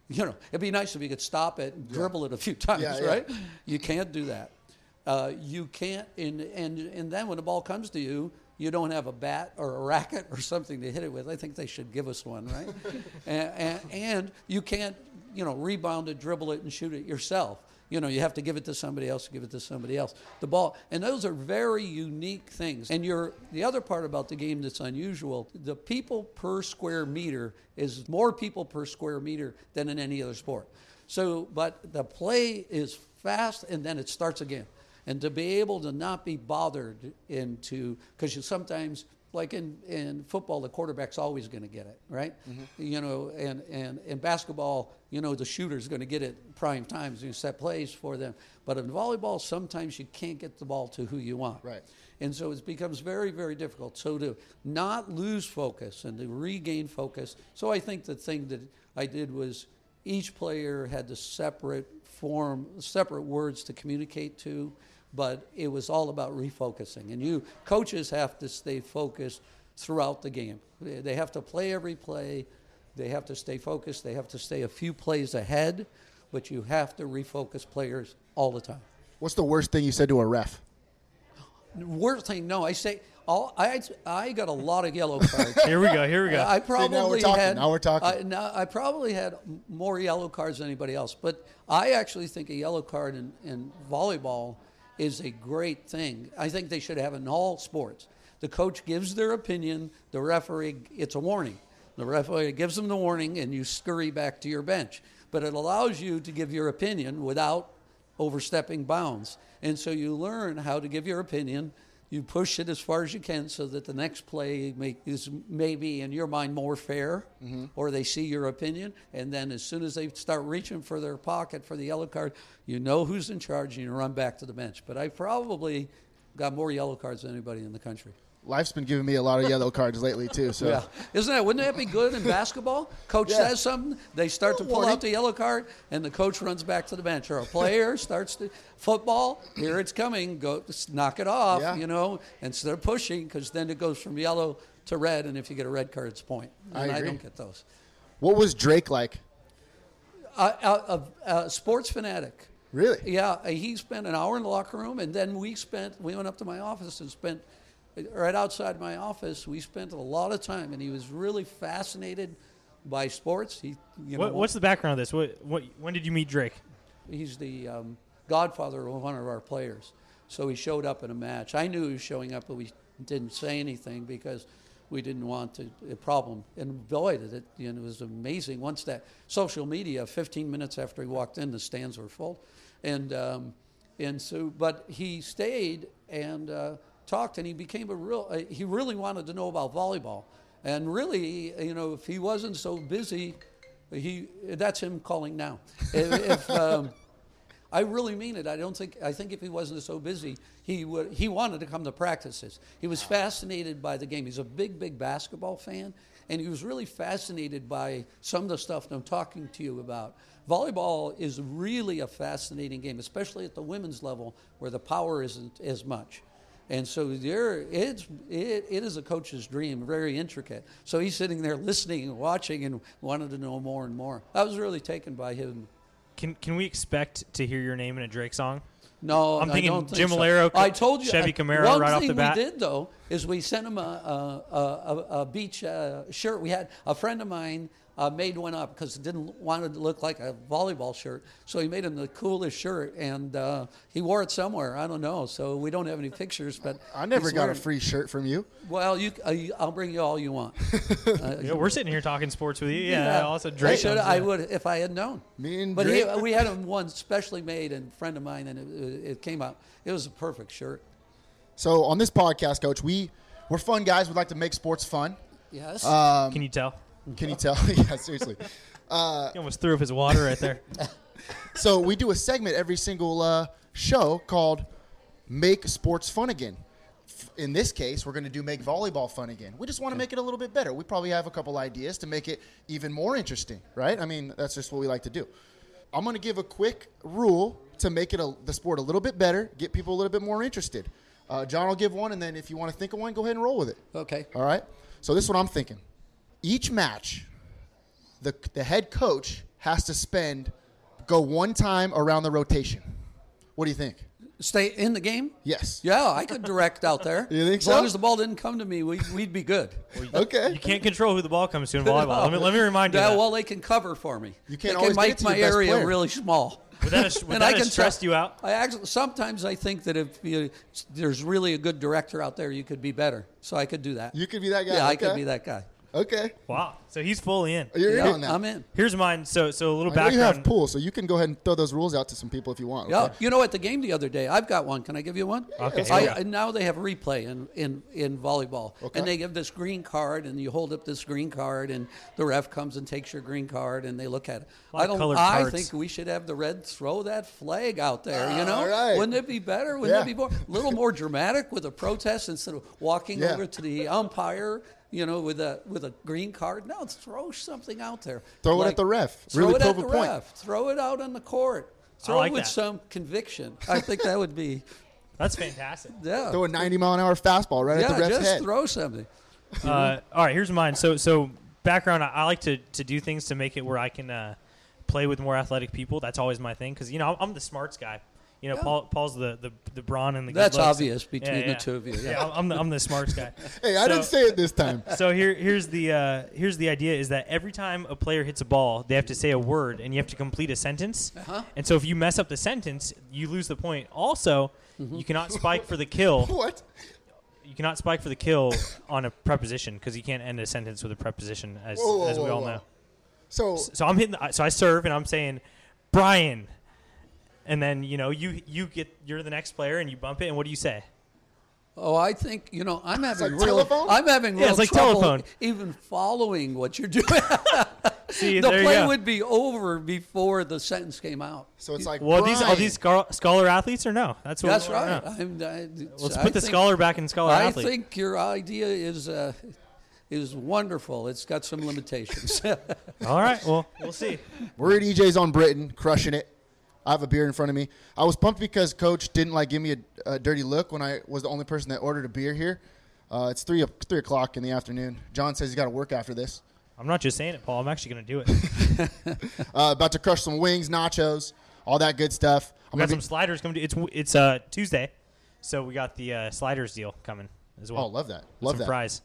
S4: You know, it'd be nice if you could stop it and dribble it a few times,
S1: Yeah, yeah.
S4: right? You can't do that. Uh, you can't, and, and, and then when the ball comes to you, you don't have a bat or a racket or something to hit it with. I think they should give us one, right? and, and, and you can't, you know, rebound it, dribble it, and shoot it yourself. You know, you have to give it to somebody else, give it to somebody else. The ball, and those are very unique things. And you're, the other part about the game that's unusual, the people per square meter is more people per square meter than in any other sport. So, but the play is fast and then it starts again. And to be able to not be bothered into, because you sometimes, like in, in football, the quarterback's always going to get it, right? You know, and, and in basketball, you know, the shooter's going to get it prime times. You set plays for them. But in volleyball, sometimes you can't get the ball to who you want.
S1: Right.
S4: And so it becomes very, very difficult. So to not lose focus and to regain focus. So I think the thing that I did was each player had to separate form, separate words to communicate to, but it was all about refocusing. And you coaches have to stay focused throughout the game. They they have to play every play. They have to stay focused. They have to stay a few plays ahead, but you have to refocus players all the time.
S1: What's the worst thing you said to a ref?
S4: Worst thing, no. I say all. I I got a lot of yellow cards.
S2: Here we go. Here we go.
S4: I
S1: we're
S4: probably
S1: talking,
S4: had.
S1: now we're talking.
S4: I, now I probably had m- more yellow cards than anybody else. But I actually think a yellow card in, in volleyball is a great thing. I think they should have it in all sports. The coach gives their opinion. The referee, it's a warning. The referee gives them the warning, and you scurry back to your bench. But it allows you to give your opinion without overstepping bounds. And so you learn how to give your opinion. You push it as far as you can so that the next play may, is maybe in your mind more fair, or they see your opinion. And then as soon as they start reaching for their pocket for the yellow card, you know who's in charge and you run back to the bench. But I probably got more yellow cards than anybody in the country.
S1: Life's been giving me a lot of yellow cards lately too. So
S4: Yeah, isn't that? Wouldn't that be good in basketball? Coach
S1: Yeah. Oh,
S4: says something, they start to pull
S1: Warning.
S4: out the yellow card, and the coach runs back to the bench. Or a player starts to football. Here it's coming. Go just knock it off.
S1: Yeah.
S4: You know, instead of pushing, because then it goes from yellow to red, and if you get a red card, it's a point.
S1: I
S4: And I
S1: agree.
S4: don't get those
S1: what was Drake like?
S4: a, a, a, a uh, sports fanatic.
S1: Really?
S4: Yeah, uh, he spent an hour in the locker room, and then we spent. We went up to my office and spent uh, right outside my office. We spent a lot of time, and he was really fascinated by sports. He, you know,
S2: What, what's the background of this? What, what when did you meet Drake?
S4: he's the um, godfather of one of our players. So he showed up in a match. I knew he was showing up, but we didn't say anything because we didn't want to, a problem. And boy, did it! You know, it was amazing. Once that social media, 15 minutes after he walked in, the stands were full, and um, and so, but he stayed and uh, talked, and he became a real. Uh, he really wanted to know about volleyball, and really, you know, if he wasn't so busy, he that's him calling now. If, if, um, I really mean it. I don't think I think if he wasn't so busy, he would he wanted to come to practices. He was fascinated by the game. He's a big big basketball fan and he was really fascinated by some of the stuff that I'm talking to you about. Volleyball is really a fascinating game, especially at the women's level where the power isn't as much. And so there, it's it, it is a coach's dream, very intricate. So he's sitting there listening and watching, and wanted to know more and more. I was really taken by him.
S2: Can can we expect to hear your name in a Drake song?
S4: No,
S2: I'm
S4: I
S2: thinking
S4: don't think
S2: Jim
S4: so.
S2: Valero,
S4: I told you
S2: Chevy
S4: I-
S2: Camaro
S4: One
S2: right off
S4: thing
S2: the bat.
S4: we did though is we sent him a a, a, a- a beach uh, shirt. We had a friend of mine uh, made one up because it didn't want it to look like a volleyball shirt, so he made him the coolest shirt, and uh, he wore it somewhere. I don't know, so we don't have any pictures, but
S1: I never
S4: he's
S1: got a
S4: wearing-
S1: free shirt from you.
S4: Well, you, uh, you- I'll bring you all you want.
S2: Yeah, we're sitting here talking sports with you. Yeah, also
S4: Uh, I
S2: Drake.
S4: should-
S2: songs,
S4: I
S2: yeah.
S4: would if I had known.
S1: Me and
S4: but he-
S1: Drake-
S4: we had him one specially made, and a friend of mine, and it, it came out. It was a perfect shirt.
S1: So on this podcast, Coach, we we're fun guys. We like to make sports fun.
S4: Yes.
S1: Uh,
S2: Can you tell?
S1: Can you tell? yeah, seriously.
S2: He almost threw up his water right there.
S1: so we do a segment every single uh, show called "Make Sports Fun Again." F- In this case, we're going to do make volleyball fun again. We just want to make it a little bit better. We probably have a couple ideas to make it even more interesting, right? I mean, that's just what we like to do. I'm going to give a quick rule to make it a, the sport a little bit better, get people a little bit more interested. Uh, John will give one, and then if you want to think of one, go ahead and roll with it.
S4: okay.
S1: All right. So this is what I'm thinking. Each match, the the head coach has to spend go one time around the rotation. What do you think?
S4: Stay in the game.
S1: Yes.
S4: Yeah, I could direct out there.
S1: You think
S4: as long
S1: so?
S4: as the ball didn't come to me, we, we'd be good.
S1: Okay.
S2: You can't control who the ball comes to in volleyball. Let me, let me remind you.
S4: Yeah,
S2: that.
S4: well, they can cover for me.
S1: You can't
S4: They
S1: always
S4: can
S1: get
S4: make
S1: it to
S4: my
S1: your best
S4: area
S1: player.
S4: really small.
S2: Would that have- would that have
S4: tr-
S2: stressed you out?
S4: I actually sometimes I think that if you, there's really a good director out there, you could be better. So I could do that.
S1: You could be that guy.
S4: yeah, I could
S1: Okay.
S4: be that guy.
S1: Okay.
S2: wow. So he's fully in.
S1: You're
S4: Yeah,
S1: in on that.
S4: I'm in.
S2: Here's mine. So so a little
S1: I know you have
S2: background.
S1: pool, so you can go ahead and throw those rules out to some people if you want.
S4: Yeah,
S1: okay?
S4: you know, at the game the other day, I've got one. Can I give you one?
S2: Okay,
S4: I,
S2: here we go.
S4: and now they have replay in in, in volleyball,
S1: Okay.
S4: and they give this green card, and you hold up this green card, and the ref comes and takes your green card, and they look at it.
S2: lot
S4: I
S2: of
S4: don't.
S2: colored
S4: I
S2: cards.
S4: think we should have the red throw that flag out there. You know,
S1: All right.
S4: wouldn't it be better? Wouldn't
S1: Ah, Yeah.
S4: it be more a little more dramatic with a protest instead of walking
S1: Yeah.
S4: over to the umpire? You know, with a with a green card. No, it's throw something out there.
S1: Throw it at the ref.
S4: Throw
S1: Really
S4: it at
S1: prove
S4: the
S1: a point.
S4: ref. Throw it out on the court. Throw
S2: like
S4: it with
S2: that.
S4: some conviction. I think that would be
S2: That's fantastic.
S4: yeah.
S1: Throw a 90 mile an hour fastball right at
S4: yeah,
S1: the ref's
S4: just
S1: head.
S4: throw something.
S2: Uh, all right, here's mine. So, so background. I, I like to, to do things to make it where I can uh, play with more athletic people. That's always my thing because you know I'm, I'm the smarts guy. You know, Paul, Paul's the, the the brawn and the. good
S4: That's
S2: looks.
S4: obvious between the two of you, yeah.
S2: I'm- I'm the, I'm the smarts guy.
S1: hey, I
S2: So-
S1: didn't say it this time.
S2: So here here's the uh, here's the idea is that every time a player hits a ball, they have to say a word and you have to complete a sentence.
S1: Uh-huh.
S2: And so if you mess up the sentence, you lose the point. Also,
S1: Mm-hmm.
S2: you cannot spike for the kill
S1: what?
S2: you cannot spike for the kill on a preposition because you can't end a sentence with a preposition, as,
S1: Whoa, whoa,
S2: as we
S1: whoa,
S2: all
S1: whoa.
S2: know.
S1: So,
S2: So I'm hitting. The, so I serve and I'm saying, Brian, and then you know you you get you're the next player and you bump it and what do you say?
S4: Oh, I think you know I'm having
S1: like
S4: real.
S1: telephone?
S4: I'm having
S2: Yeah,
S4: real
S2: it's like
S4: trouble
S2: telephone.
S4: even following what you're doing.
S2: See,
S4: the
S2: there you
S4: play
S2: go.
S4: would be over before the sentence came out.
S1: so it's like
S2: well, are these are
S1: Brian.
S2: these scho- scholar athletes or no? That's what
S4: That's
S2: we wanna
S4: right.
S2: know.
S4: I'm, I, it's-
S2: Let's
S4: I
S2: put the
S4: think-
S2: scholar back in scholar
S4: I
S2: athlete.
S4: think your idea is uh, is wonderful. It's got some limitations.
S2: all right. Well, we'll see.
S1: We're at EJ's on Britain, crushing it. I have a beer in front of me. I was pumped because Coach didn't like give me a, a dirty look when I was the only person that ordered a beer here. Uh, it's three o- three o'clock in the afternoon. John says he's got to work after this.
S2: I'm not just saying it, Paul. I'm actually going to do it.
S1: Uh, about to crush some wings, nachos, all that good stuff. I'm
S2: We got
S1: gonna
S2: some
S1: be,
S2: sliders coming. To, it's it's uh, Tuesday, so we got the uh, sliders deal coming as well.
S1: oh, love that, love
S2: some
S1: that.
S2: fries.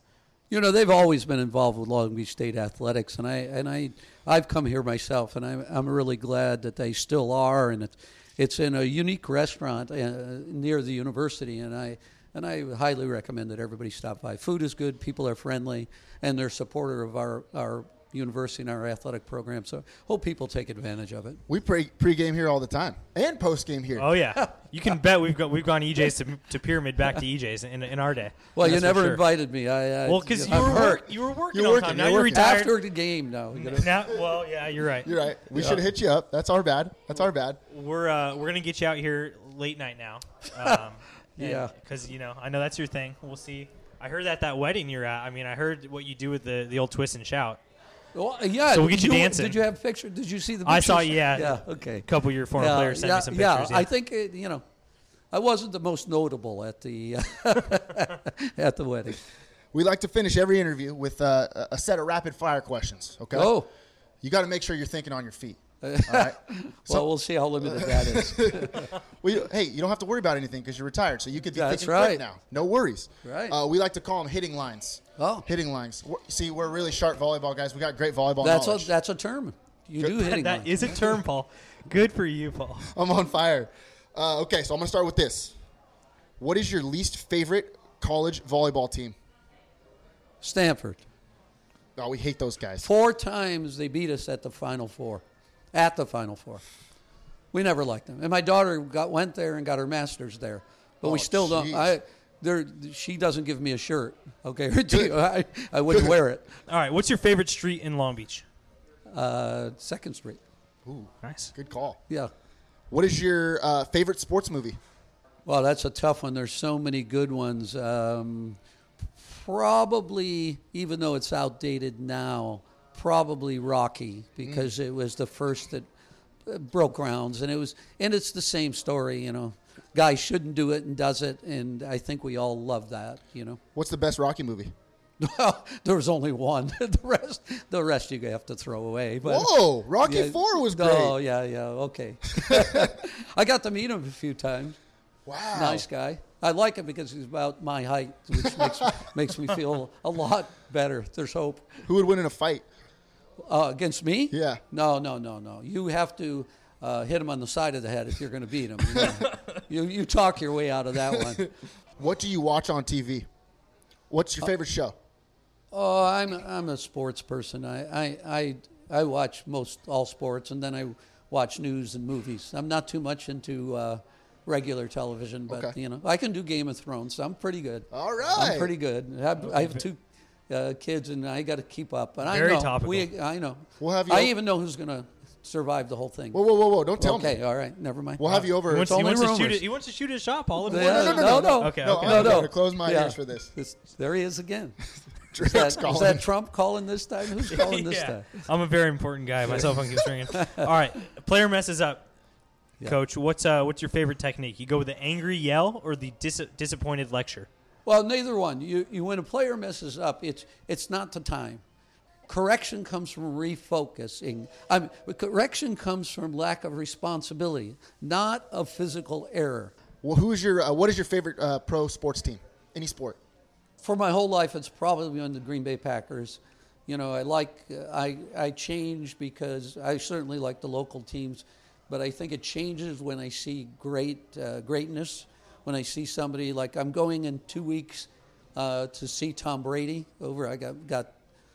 S4: You know, they've always been involved with Long Beach State athletics, and I and I I've come here myself, and I'm I'm really glad that they still are, and it's it's in a unique restaurant uh, near the university, and I. And I highly recommend that everybody stop by. Food is good, people are friendly, and they're supporter of our, our university and our athletic program. So hope people take advantage of it.
S1: We pre pregame here all the time and postgame here.
S2: Oh yeah, you can bet we've got we've gone EJ's to, to pyramid back to EJ's in, in our day.
S4: Well, you
S2: That's for
S4: never
S2: sure.
S4: invited me. I, I
S2: Well, because you
S4: I'm
S2: were
S4: hurt.
S2: work, you were working
S1: You're
S2: all the
S1: working,
S2: time.
S1: you're
S2: now you're
S1: working.
S2: retired.
S4: after the game now. You gotta-
S2: now, well, yeah, you're right.
S1: You're right. We should have hit you up. That's our bad. That's our bad.
S2: We're uh, we're gonna get you out here late night now. Um,
S4: Yeah.
S2: because you know I know that's your thing. We'll see. I heard that that wedding you're at. I mean, I heard what you do with the the old twist and shout.
S4: Well, uh, yeah.
S2: So we'll get
S4: did
S2: you dancing.
S4: Did you have pictures? Did you see the
S2: I
S4: pictures?
S2: saw, yeah,
S4: Yeah, okay.
S2: A couple of your former
S4: yeah,
S2: players sent
S4: yeah,
S2: me some
S4: yeah.
S2: pictures.
S4: I think, it, you know, I wasn't the most notable at the at the wedding.
S1: We like to finish every interview with uh, a- a set of rapid fire questions. Okay.
S4: Oh,
S1: You got to make sure you're thinking on your feet. All right.
S4: well, we'll see how limited that is.
S1: Well, you- hey, you don't have to worry about anything because you're retired, so you could be
S4: That's
S1: thinking quick
S4: right.
S1: now. No worries.
S4: Right.
S1: Uh, we like to call them hitting lines.
S4: Oh.
S1: Hitting lines. We're- see, we're really sharp volleyball guys. We got great volleyball
S4: that's a
S1: knowledge.
S4: that's a term. You do hitting
S2: that
S4: line.
S2: is a term, Paul. Good for you, Paul.
S1: I'm on fire. Uh, okay, so I'm gonna start with this. What is your least favorite college volleyball team?
S4: Stanford.
S1: Oh, we hate those guys.
S4: Four times they beat us at the Final Four, at the Final Four. We never liked them. And my daughter got went there and got her master's there, but
S1: Oh,
S4: we still
S1: jeez.
S4: don't. I, there, she doesn't give me a shirt. Okay, her team- I, I wouldn't wear it.
S2: All right, what's your favorite street in Long Beach?
S4: Uh, Second Street.
S2: Nice.
S1: Good call.
S4: Yeah.
S1: What is your uh, favorite sports movie?
S4: Well, that's a tough one. There's so many good ones. Um, probably, even though it's outdated now, probably Rocky because
S1: Mm.
S4: it was the first that uh, broke grounds, and it was, and it's the same story. You know, guy shouldn't do it and does it, and I think we all love that. You know,
S1: What's the best Rocky movie?
S4: well, there was only one. the rest, the rest, you have to throw away. But
S1: Whoa, Rocky
S4: Yeah.
S1: Four was great.
S4: Oh yeah, yeah, okay. I got to meet him a few times.
S1: Wow.
S4: Nice guy. I like him because he's about my height, which makes, makes me feel a lot better. There's hope.
S1: Who would win in a fight?
S4: Uh, against me?
S1: Yeah.
S4: No, no, no, no. You have to uh, hit him on the side of the head if you're going to beat him. You, know. you, you talk your way out of that one.
S1: What do you watch on TV? What's
S4: Uh,
S1: your favorite show?
S4: Oh, I'm, I'm a sports person. I, I, I, I watch most all sports, and then I watch news and movies. I'm not too much into uh, regular television, but
S1: Okay.
S4: you know, I can do Game of Thrones. I'm pretty good.
S1: All right.
S4: I'm pretty good. I, I have two uh, kids, and I got to keep up. And
S2: Very
S4: I know
S2: topical.
S4: we. I know.
S1: We'll have you
S4: I
S1: o-
S4: even know who's going to survive the whole thing.
S1: Whoa, whoa, whoa, whoa! Don't tell
S4: okay, uh,
S1: me.
S4: all right, never mind.
S1: We'll have you over.
S2: He wants, he
S4: only
S2: wants to shoot
S4: rumors.
S2: it. He wants to shoot his shot, Paul.
S4: Yeah,
S1: no, no, no, no.
S4: Okay,
S2: No,
S4: okay.
S2: I'm
S4: no,
S1: gonna
S4: no.
S1: close my ears for this.
S4: It's- there he is again.
S1: Drake's
S4: Is that,
S1: calling.
S4: is that Trump calling this time? Who's calling this
S2: Yeah.
S4: time?
S2: I'm a very important guy. My cell phone keeps ringing. All right, player messes up.
S4: Yeah.
S2: Coach, what's uh, what's your favorite technique? You go with the angry yell or the dis- disappointed lecture?
S4: Well, neither one. You, you when a player messes up, it's it's not the time. Correction comes from refocusing. I mean, correction comes from lack of responsibility, not of physical error.
S1: Well, who's your? Uh, what is your favorite uh, pro sports team? Any sport?
S4: for my whole life, it's probably been the Green Bay Packers. You know, I like uh, I I change because I certainly like the local teams, but I think it changes when I see great uh, greatness. When I see somebody like I'm going in two weeks uh, to see Tom Brady over. I got got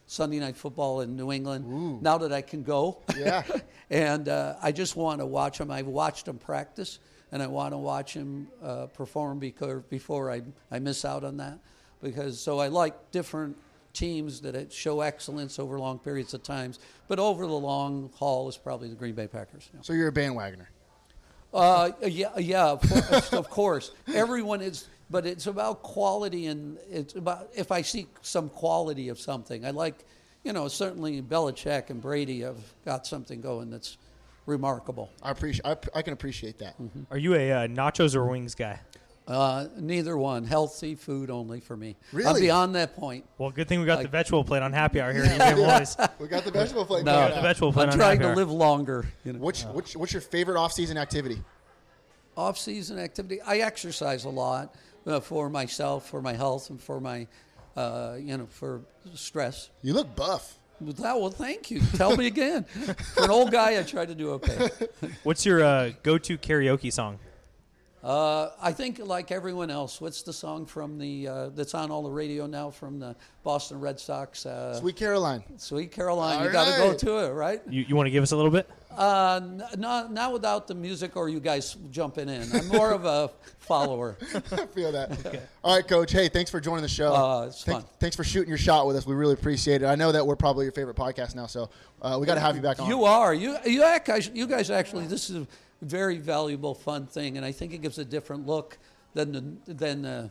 S4: Sunday night football in New England. Now that I can go,
S1: Yeah.
S4: and uh, I just want to watch him. I've watched him practice, and I want to watch him uh, perform because before I I miss out on that. Because so I like different teams that it- show excellence over long periods of times, but over the long haul is probably the Green Bay Packers.
S1: So you're a bandwagoner.
S4: Uh, yeah, yeah, of course, of course. Everyone is, but it's about quality, and it's about if I see some quality of something. I like, you know, certainly Belichick and Brady have got something going that's remarkable.
S1: I appreciate. I, I can appreciate that.
S4: Mm-hmm.
S2: Are you a uh, nachos or wings guy?
S4: Uh, neither one, healthy food only for me. I'm
S1: Really?
S4: beyond that point.
S2: Well, good thing we got the vegetable plate on happy hour here. in Jim Wallace.
S1: We got the vegetable plate.
S4: No.
S1: coming
S2: The
S1: up.
S2: vegetable plate
S4: I'm
S2: on
S4: trying
S2: happy
S4: to
S2: hour.
S4: live longer. You know,
S1: Which, which, what's your favorite off-season activity?
S4: off-season activity. I exercise a lot uh, for myself, for my health, and for my, uh, you know, for stress.
S1: You look buff.
S4: Well, that- well, thank you. Tell me again. For an old guy, I try to do okay.
S2: What's your uh, go-to karaoke song?
S4: Uh, I think, like everyone else, what's the song from the uh, that's on all the radio now from the Boston Red Sox? Uh, Sweet.
S1: Sweet Caroline.
S4: Caroline,
S1: All
S4: you got to go
S1: right.
S4: to it, right?
S2: You, you want to give us a little bit?
S4: Uh, n- not not without the music or you guys jumping in. I'm more of a follower.
S1: I feel that. All right, Coach. Hey, thanks for joining the show.
S4: Uh, it's
S1: Thank-
S4: fun.
S1: Thanks for shooting your shot with us. We really appreciate it. I know that we're probably your favorite podcast now, so uh, we got to have you back on.
S4: You are you you act, guys- you guys actually this is a very valuable fun thing, and I think it gives a different look than the than the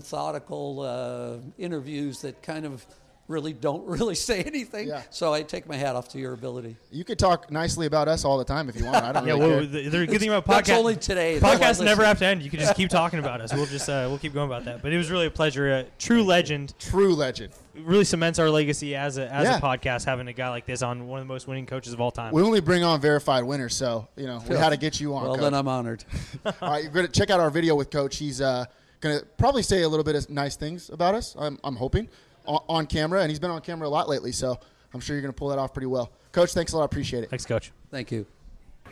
S4: methodical uh, interviews that kind of really don't really say anything.
S1: Yeah.
S4: So I take my hat off to your ability.
S1: You could talk nicely about us all the time if you want. I don't
S2: Yeah,
S1: really
S2: well,
S1: care.
S2: the, the good thing about
S4: That's
S2: podcasts
S4: only today. That's why I
S2: Podcasts never
S4: listen.
S2: have to end. You can just keep talking about us. We'll just uh, we'll keep going about that. But it was really a pleasure. Uh, true legend.
S1: True legend.
S2: It really cements our legacy as a as
S1: Yeah.
S2: a podcast. Having a guy like this on one of the most winning coaches of all time.
S1: We only bring on verified winners, so you know we had to get you on.
S4: Well,
S1: Coach.
S4: then I'm honored.
S1: All right, you're gonna check out our video with Coach. He's uh, gonna probably say a little bit of nice things about us. I'm, I'm hoping on, on camera, and he's been on camera a lot lately, so I'm sure you're gonna pull that off pretty well. Coach, thanks a lot. Appreciate it.
S2: Thanks, coach.
S4: Thank you.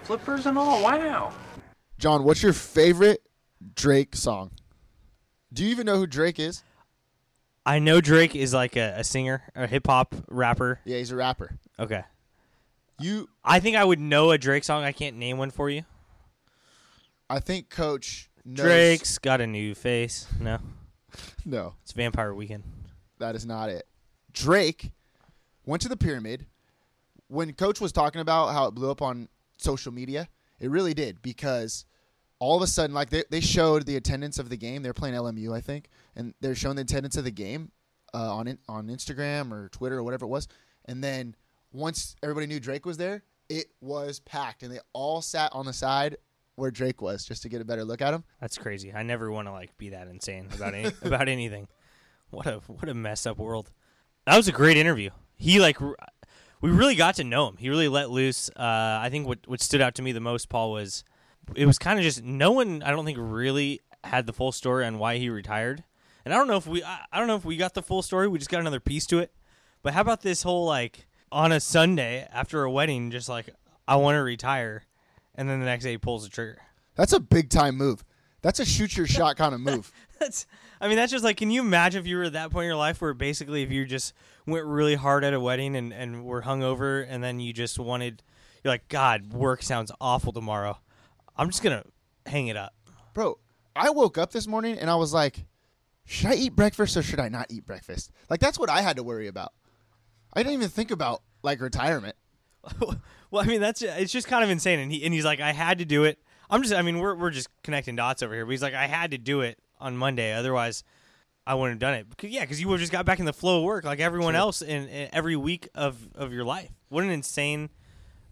S5: Flippers and all. Wow.
S1: John, what's your favorite Drake song? Do you even know who Drake is?
S2: I know Drake is like a, a singer, a hip hop rapper.
S1: Yeah, he's a rapper.
S2: Okay.
S1: You,
S2: I think I would know a Drake song. I can't name one for you.
S1: I think Coach knows.
S2: Drake's got a new face. No,
S1: No,
S2: it's Vampire Weekend.
S1: that is not it. Drake went to the pyramid. When Coach was talking about how it blew up on social media, it really did because all of a sudden, like they, they showed the attendance of the game. They're playing LMU, I think, and they're showing the attendance of the game uh, on in, on Instagram or Twitter or whatever it was. And then once everybody knew Drake was there, it was packed, and they all sat on the side where Drake was just to get a better look at him.
S2: That's crazy. I never want to like be that insane about any about anything. What a what a messed up world. That was a great interview. He like r- we really got to know him. He really let loose. Uh, I think what what stood out to me the most, Paul, was it was kind of just no one. I don't think really had the full story on why he retired. And I don't know if we I, I don't know if we got the full story. We just got another piece to it. But how about this whole like on a Sunday after a wedding, just like I want to retire, and then the next day he pulls the trigger.
S1: That's a big time move. That's a shoot your shot kind of move.
S2: That's, I mean, that's just like, can you imagine if you were at that point in your life where basically if you just went really hard at a wedding and, and were hungover and then you just wanted, you're like, God, work sounds awful tomorrow. I'm just going to hang it up.
S1: bro i woke up this morning and i was like should i eat breakfast or should i not eat breakfast like that's what i had to worry about i didn't even think about like retirement
S2: well, I mean, that's, it's just kind of insane. And, he, and he's like, I had to do it. I'm just, I mean, we're, we're just connecting dots over here. But he's like, I had to do it on Monday. Otherwise, I wouldn't have done it. 'Cause- yeah, because you would have just got back in the flow of work like everyone else in, in every week of, of your life. What an insane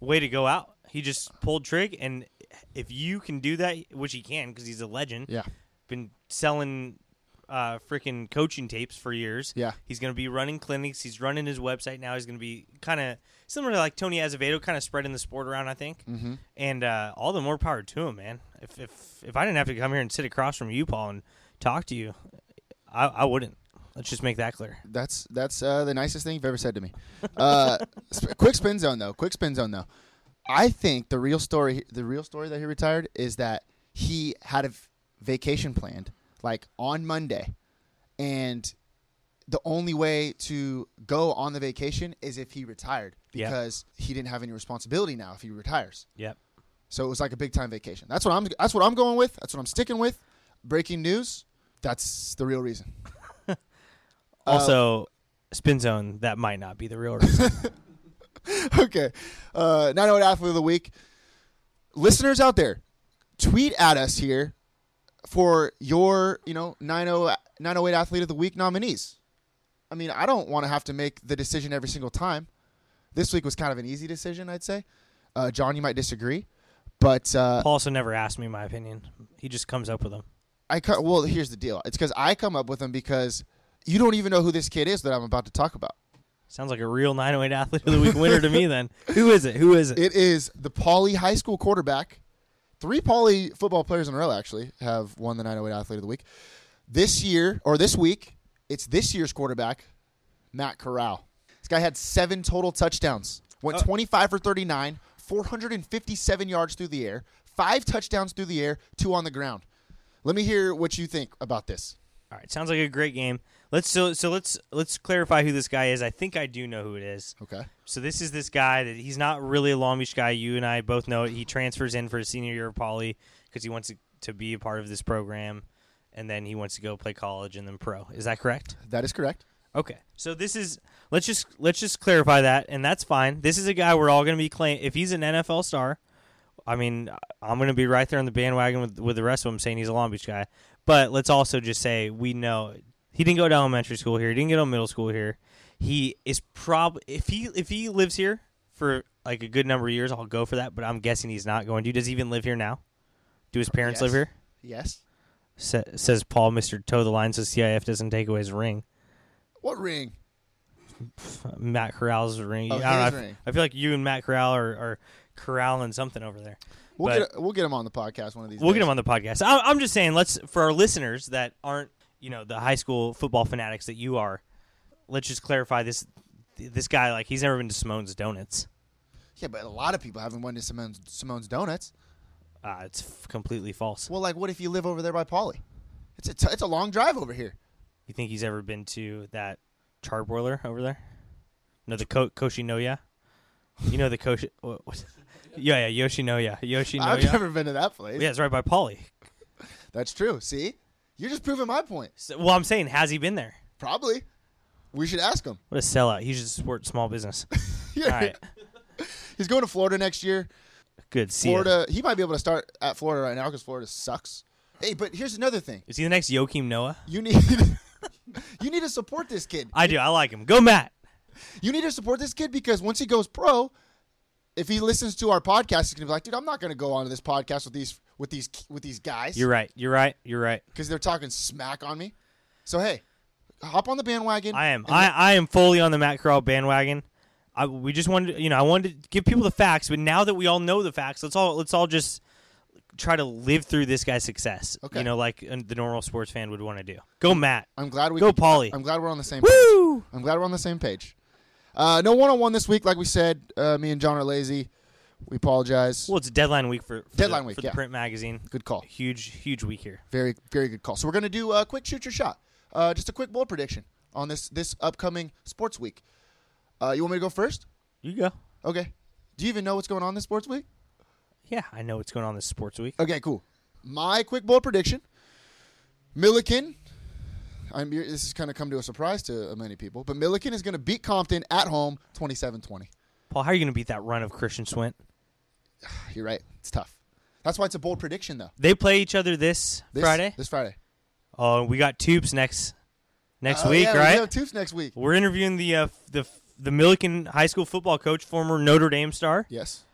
S2: way to go out. He just pulled trig, and if you can do that, which he can because he's a legend.
S1: Yeah.
S2: been selling uh, freaking coaching tapes for years.
S1: Yeah.
S2: he's going to be running clinics. He's running his website now. He's going to be kind of similar to like Tony Azevedo, kind of spreading the sport around. I think, mm-hmm. and uh, all the more power to him, man. If if if I didn't have to come here and sit across from you, Paul, and talk to you, I, I wouldn't. Let's just make that clear.
S1: that's that's uh, the nicest thing you've ever said to me uh, sp- quick spin zone though quick spin zone though i think the real story the real story that he retired is that he had a v- vacation planned like on monday and the only way to go on the vacation is if he retired
S2: Yeah.
S1: because he didn't have any responsibility now if he retires.
S2: Yep.
S1: So it was like a big time vacation. That's what I'm that's what I'm going with. That's what I'm sticking with. Breaking news. That's the real reason.
S2: Also, spin zone that might not be the real reason.
S1: okay. Uh 908 athlete of the week. Listeners out there, tweet at us here for your, you know, oh, 90 908 athlete of the week nominees. I mean, I don't want to have to make the decision every single time. This week was kind of an easy decision, I'd say. Uh, John, you might disagree, but uh,
S2: Paul also never asked me my opinion. He just comes up with them.
S1: I co- well, here's the deal. It's because I come up with them because you don't even know who this kid is that I'm about to talk about.
S2: Sounds like a real 908 athlete of the week winner to me. Then who is it? Who is it?
S1: It is the Pauley High School quarterback. Three Pauley football players in a row actually have won the 908 Athlete of the Week this year or this week. It's this year's quarterback, Matt Corral. This guy had seven total touchdowns. Went
S2: Uh.
S1: 25 for 39, 457 yards through the air, five touchdowns through the air, two on the ground. Let me hear what you think about this.
S2: All right, sounds like a great game. Let's so so let's let's clarify who this guy is. I think I do know who it is.
S1: Okay.
S2: So this is this guy that he's not really a Long Beach guy. You and I both know it. He transfers in for his senior year of poly because he wants to, to be a part of this program, and then he wants to go play college and then pro. Is that correct?
S1: That is correct.
S2: Okay. So this is let's just let's just clarify that, and that's fine. This is a guy we're all going to be claim if he's an NFL star. I mean, I'm going to be right there on the bandwagon with with the rest of them saying he's a Long Beach guy. But let's also just say we know he didn't go to elementary school here. He didn't go to middle school here. He is prob if he if he lives here for like a good number of years, I'll go for that. But I'm guessing he's not going to. Does he even live here now? Do his parents live
S1: Yes.
S2: here?
S1: Yes.
S2: Sa- says Paul, Mister Toe the Line, so CIF doesn't take away his ring.
S1: What ring?
S2: Matt Corral's ring.
S1: Oh,
S2: I, don't know, I
S1: his
S2: f-
S1: ring.
S2: I feel like you and Matt Corral are, are corralling something over there.
S1: We'll
S2: But-
S1: get we'll get him on the podcast one of these.
S2: We'll
S1: days.
S2: get him on the podcast. I, I'm just saying, let's for our listeners that aren't you know the high school football fanatics that you are, let's just clarify this. This guy, like, he's never been to Simone's Donuts.
S1: Yeah, but a lot of people haven't went to Simone's, Simone's Donuts.
S2: Uh, it's f- completely false.
S1: Well, like, what if you live over there by Polly? It's a t- it's a long drive over here.
S2: You think he's ever been to that charboiler over there? No, the Ko- Koshinoya. You know the Koshi. what- what- yeah, yeah, Yoshinoya,
S1: I've
S2: Yoshinoya.
S1: never been to that place.
S2: Oh, yeah, it's right by Polly.
S1: That's true. See, you're just proving my point.
S2: So, well, I'm saying, has he been there?
S1: Probably. We should ask him.
S2: What a sellout. He should support small business.
S1: Yeah.
S2: All right.
S1: He's going to Florida next year.
S2: Good. See ya.
S1: Florida. He might be able to start at Florida right now because Florida sucks. Hey, but here's another thing.
S2: Is he the next Joachim Noah?
S1: You need you need to support this kid.
S2: I do. I like him. Go, Matt.
S1: You need to support this kid because once he goes pro, if he listens to our podcast, he's gonna be like, dude, I'm not gonna go onto this podcast with these with these with these guys.
S2: You're right. You're right. You're right.
S1: because they're talking smack on me. So hey, hop on the bandwagon.
S2: I am.
S1: and
S2: I, I am fully on the Matt Corral bandwagon. I, we just wanted, to- you know, I wanted to give people the facts, but now that we all know the facts, let's all let's all just try to live through this guy's success.
S1: Okay.
S2: You know, like uh, the normal sports fan would want to do. Go, Matt.
S1: I'm glad we
S2: Go,
S1: could-
S2: Pauly.
S1: I'm glad we're on the same.
S2: Woo!
S1: Page. I'm glad we're on the same page. Uh, no one on one this week, like we said. Uh, me and John are lazy. We apologize.
S2: Well, it's deadline week for, for
S1: Deadline
S2: the,
S1: week,
S2: for the
S1: yeah.
S2: print magazine.
S1: Good call.
S2: Huge, huge week here.
S1: Very, very good call. So we're gonna do a quick shoot your shot. Uh, just a quick bold prediction on this this upcoming sports week. Uh, you want me to go first?
S2: You go.
S1: Okay. Do you even know what's going on this sports week?
S2: Yeah, I know what's going on this sports week.
S1: Okay, cool. My quick bold prediction: Milliken. I'm, this has kind of come to a surprise to uh, many people, but Milliken is going to beat Compton at home, 27-20.
S2: Paul, how are you going to beat that run of Christian Swint?
S1: You're right; it's tough. That's why it's a bold prediction, though.
S2: They play each other this,
S1: This,
S2: Friday.
S1: this Friday,
S2: Oh, we got Tubes next next
S1: Oh,
S2: week,
S1: yeah, We
S2: right?
S1: have Toops next week.
S2: We're interviewing the uh, f- the f- the Milliken High School football coach, former Notre Dame star.
S1: Yes,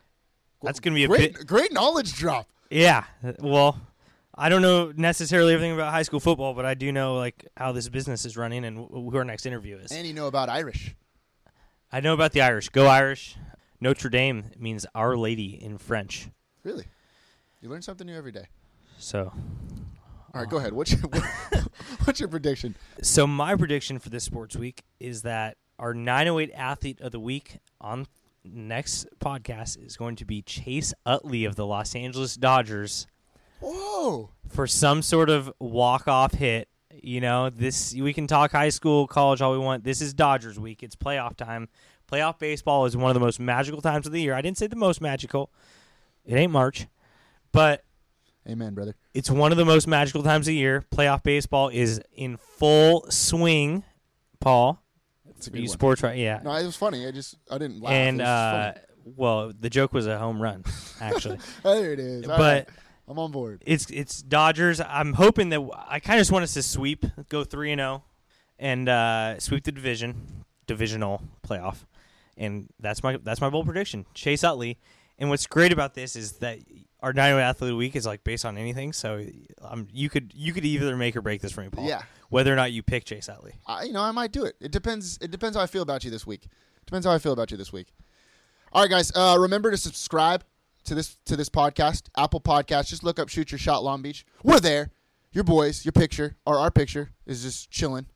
S2: That's going to be a
S1: great,
S2: bit.
S1: great knowledge drop.
S2: Yeah. Well, I don't know necessarily everything about high school football, but I do know like how this business is running and wh- who our next interview is.
S1: And you know about Irish.
S2: I know about the Irish. Go Irish. Notre Dame means Our Lady in French.
S1: Really, you learn something new every day.
S2: So,
S1: All right, go ahead. What's your what's your prediction?
S2: so my prediction for this sports week is that our 908 athlete of the week on next podcast is going to be Chase Utley of the Los Angeles Dodgers.
S1: Whoa!
S2: for some sort of walk off hit. You know, this we can talk high school, college, all we want. This is Dodgers week. It's playoff time. Playoff baseball is one of the most magical times of the year. I didn't say the most magical. It ain't March, but
S1: Amen, brother.
S2: it's one of the most magical times of the year. Playoff baseball is in full swing. Paul,
S1: It's a good
S2: you
S1: one.
S2: sports right? Yeah.
S1: No, it was funny. I just I didn't laugh.
S2: and
S1: It was just funny.
S2: uh, well, the joke was a home run, actually.
S1: There it is. All
S2: But-
S1: right. I'm on board.
S2: it's it's Dodgers. I'm hoping that I kind of just want us to sweep, go three and zero, and uh, sweep the division, divisional playoff, and that's my that's my bold prediction. Chase Utley, and what's great about this is that our dynamo athlete of the week is like based on anything. So um, you could you could either make or break this for me, Paul.
S1: Yeah.
S2: Whether or not you pick Chase Utley,
S1: I, you know, I might do it. It depends. It depends how I feel about you this week. Depends how I feel about you this week. All right, guys. Uh, remember to subscribe to this to this podcast, Apple Podcast. Just look up "Shoot Your Shot Long Beach." We're there. Your boys, your picture or our picture is just chilling.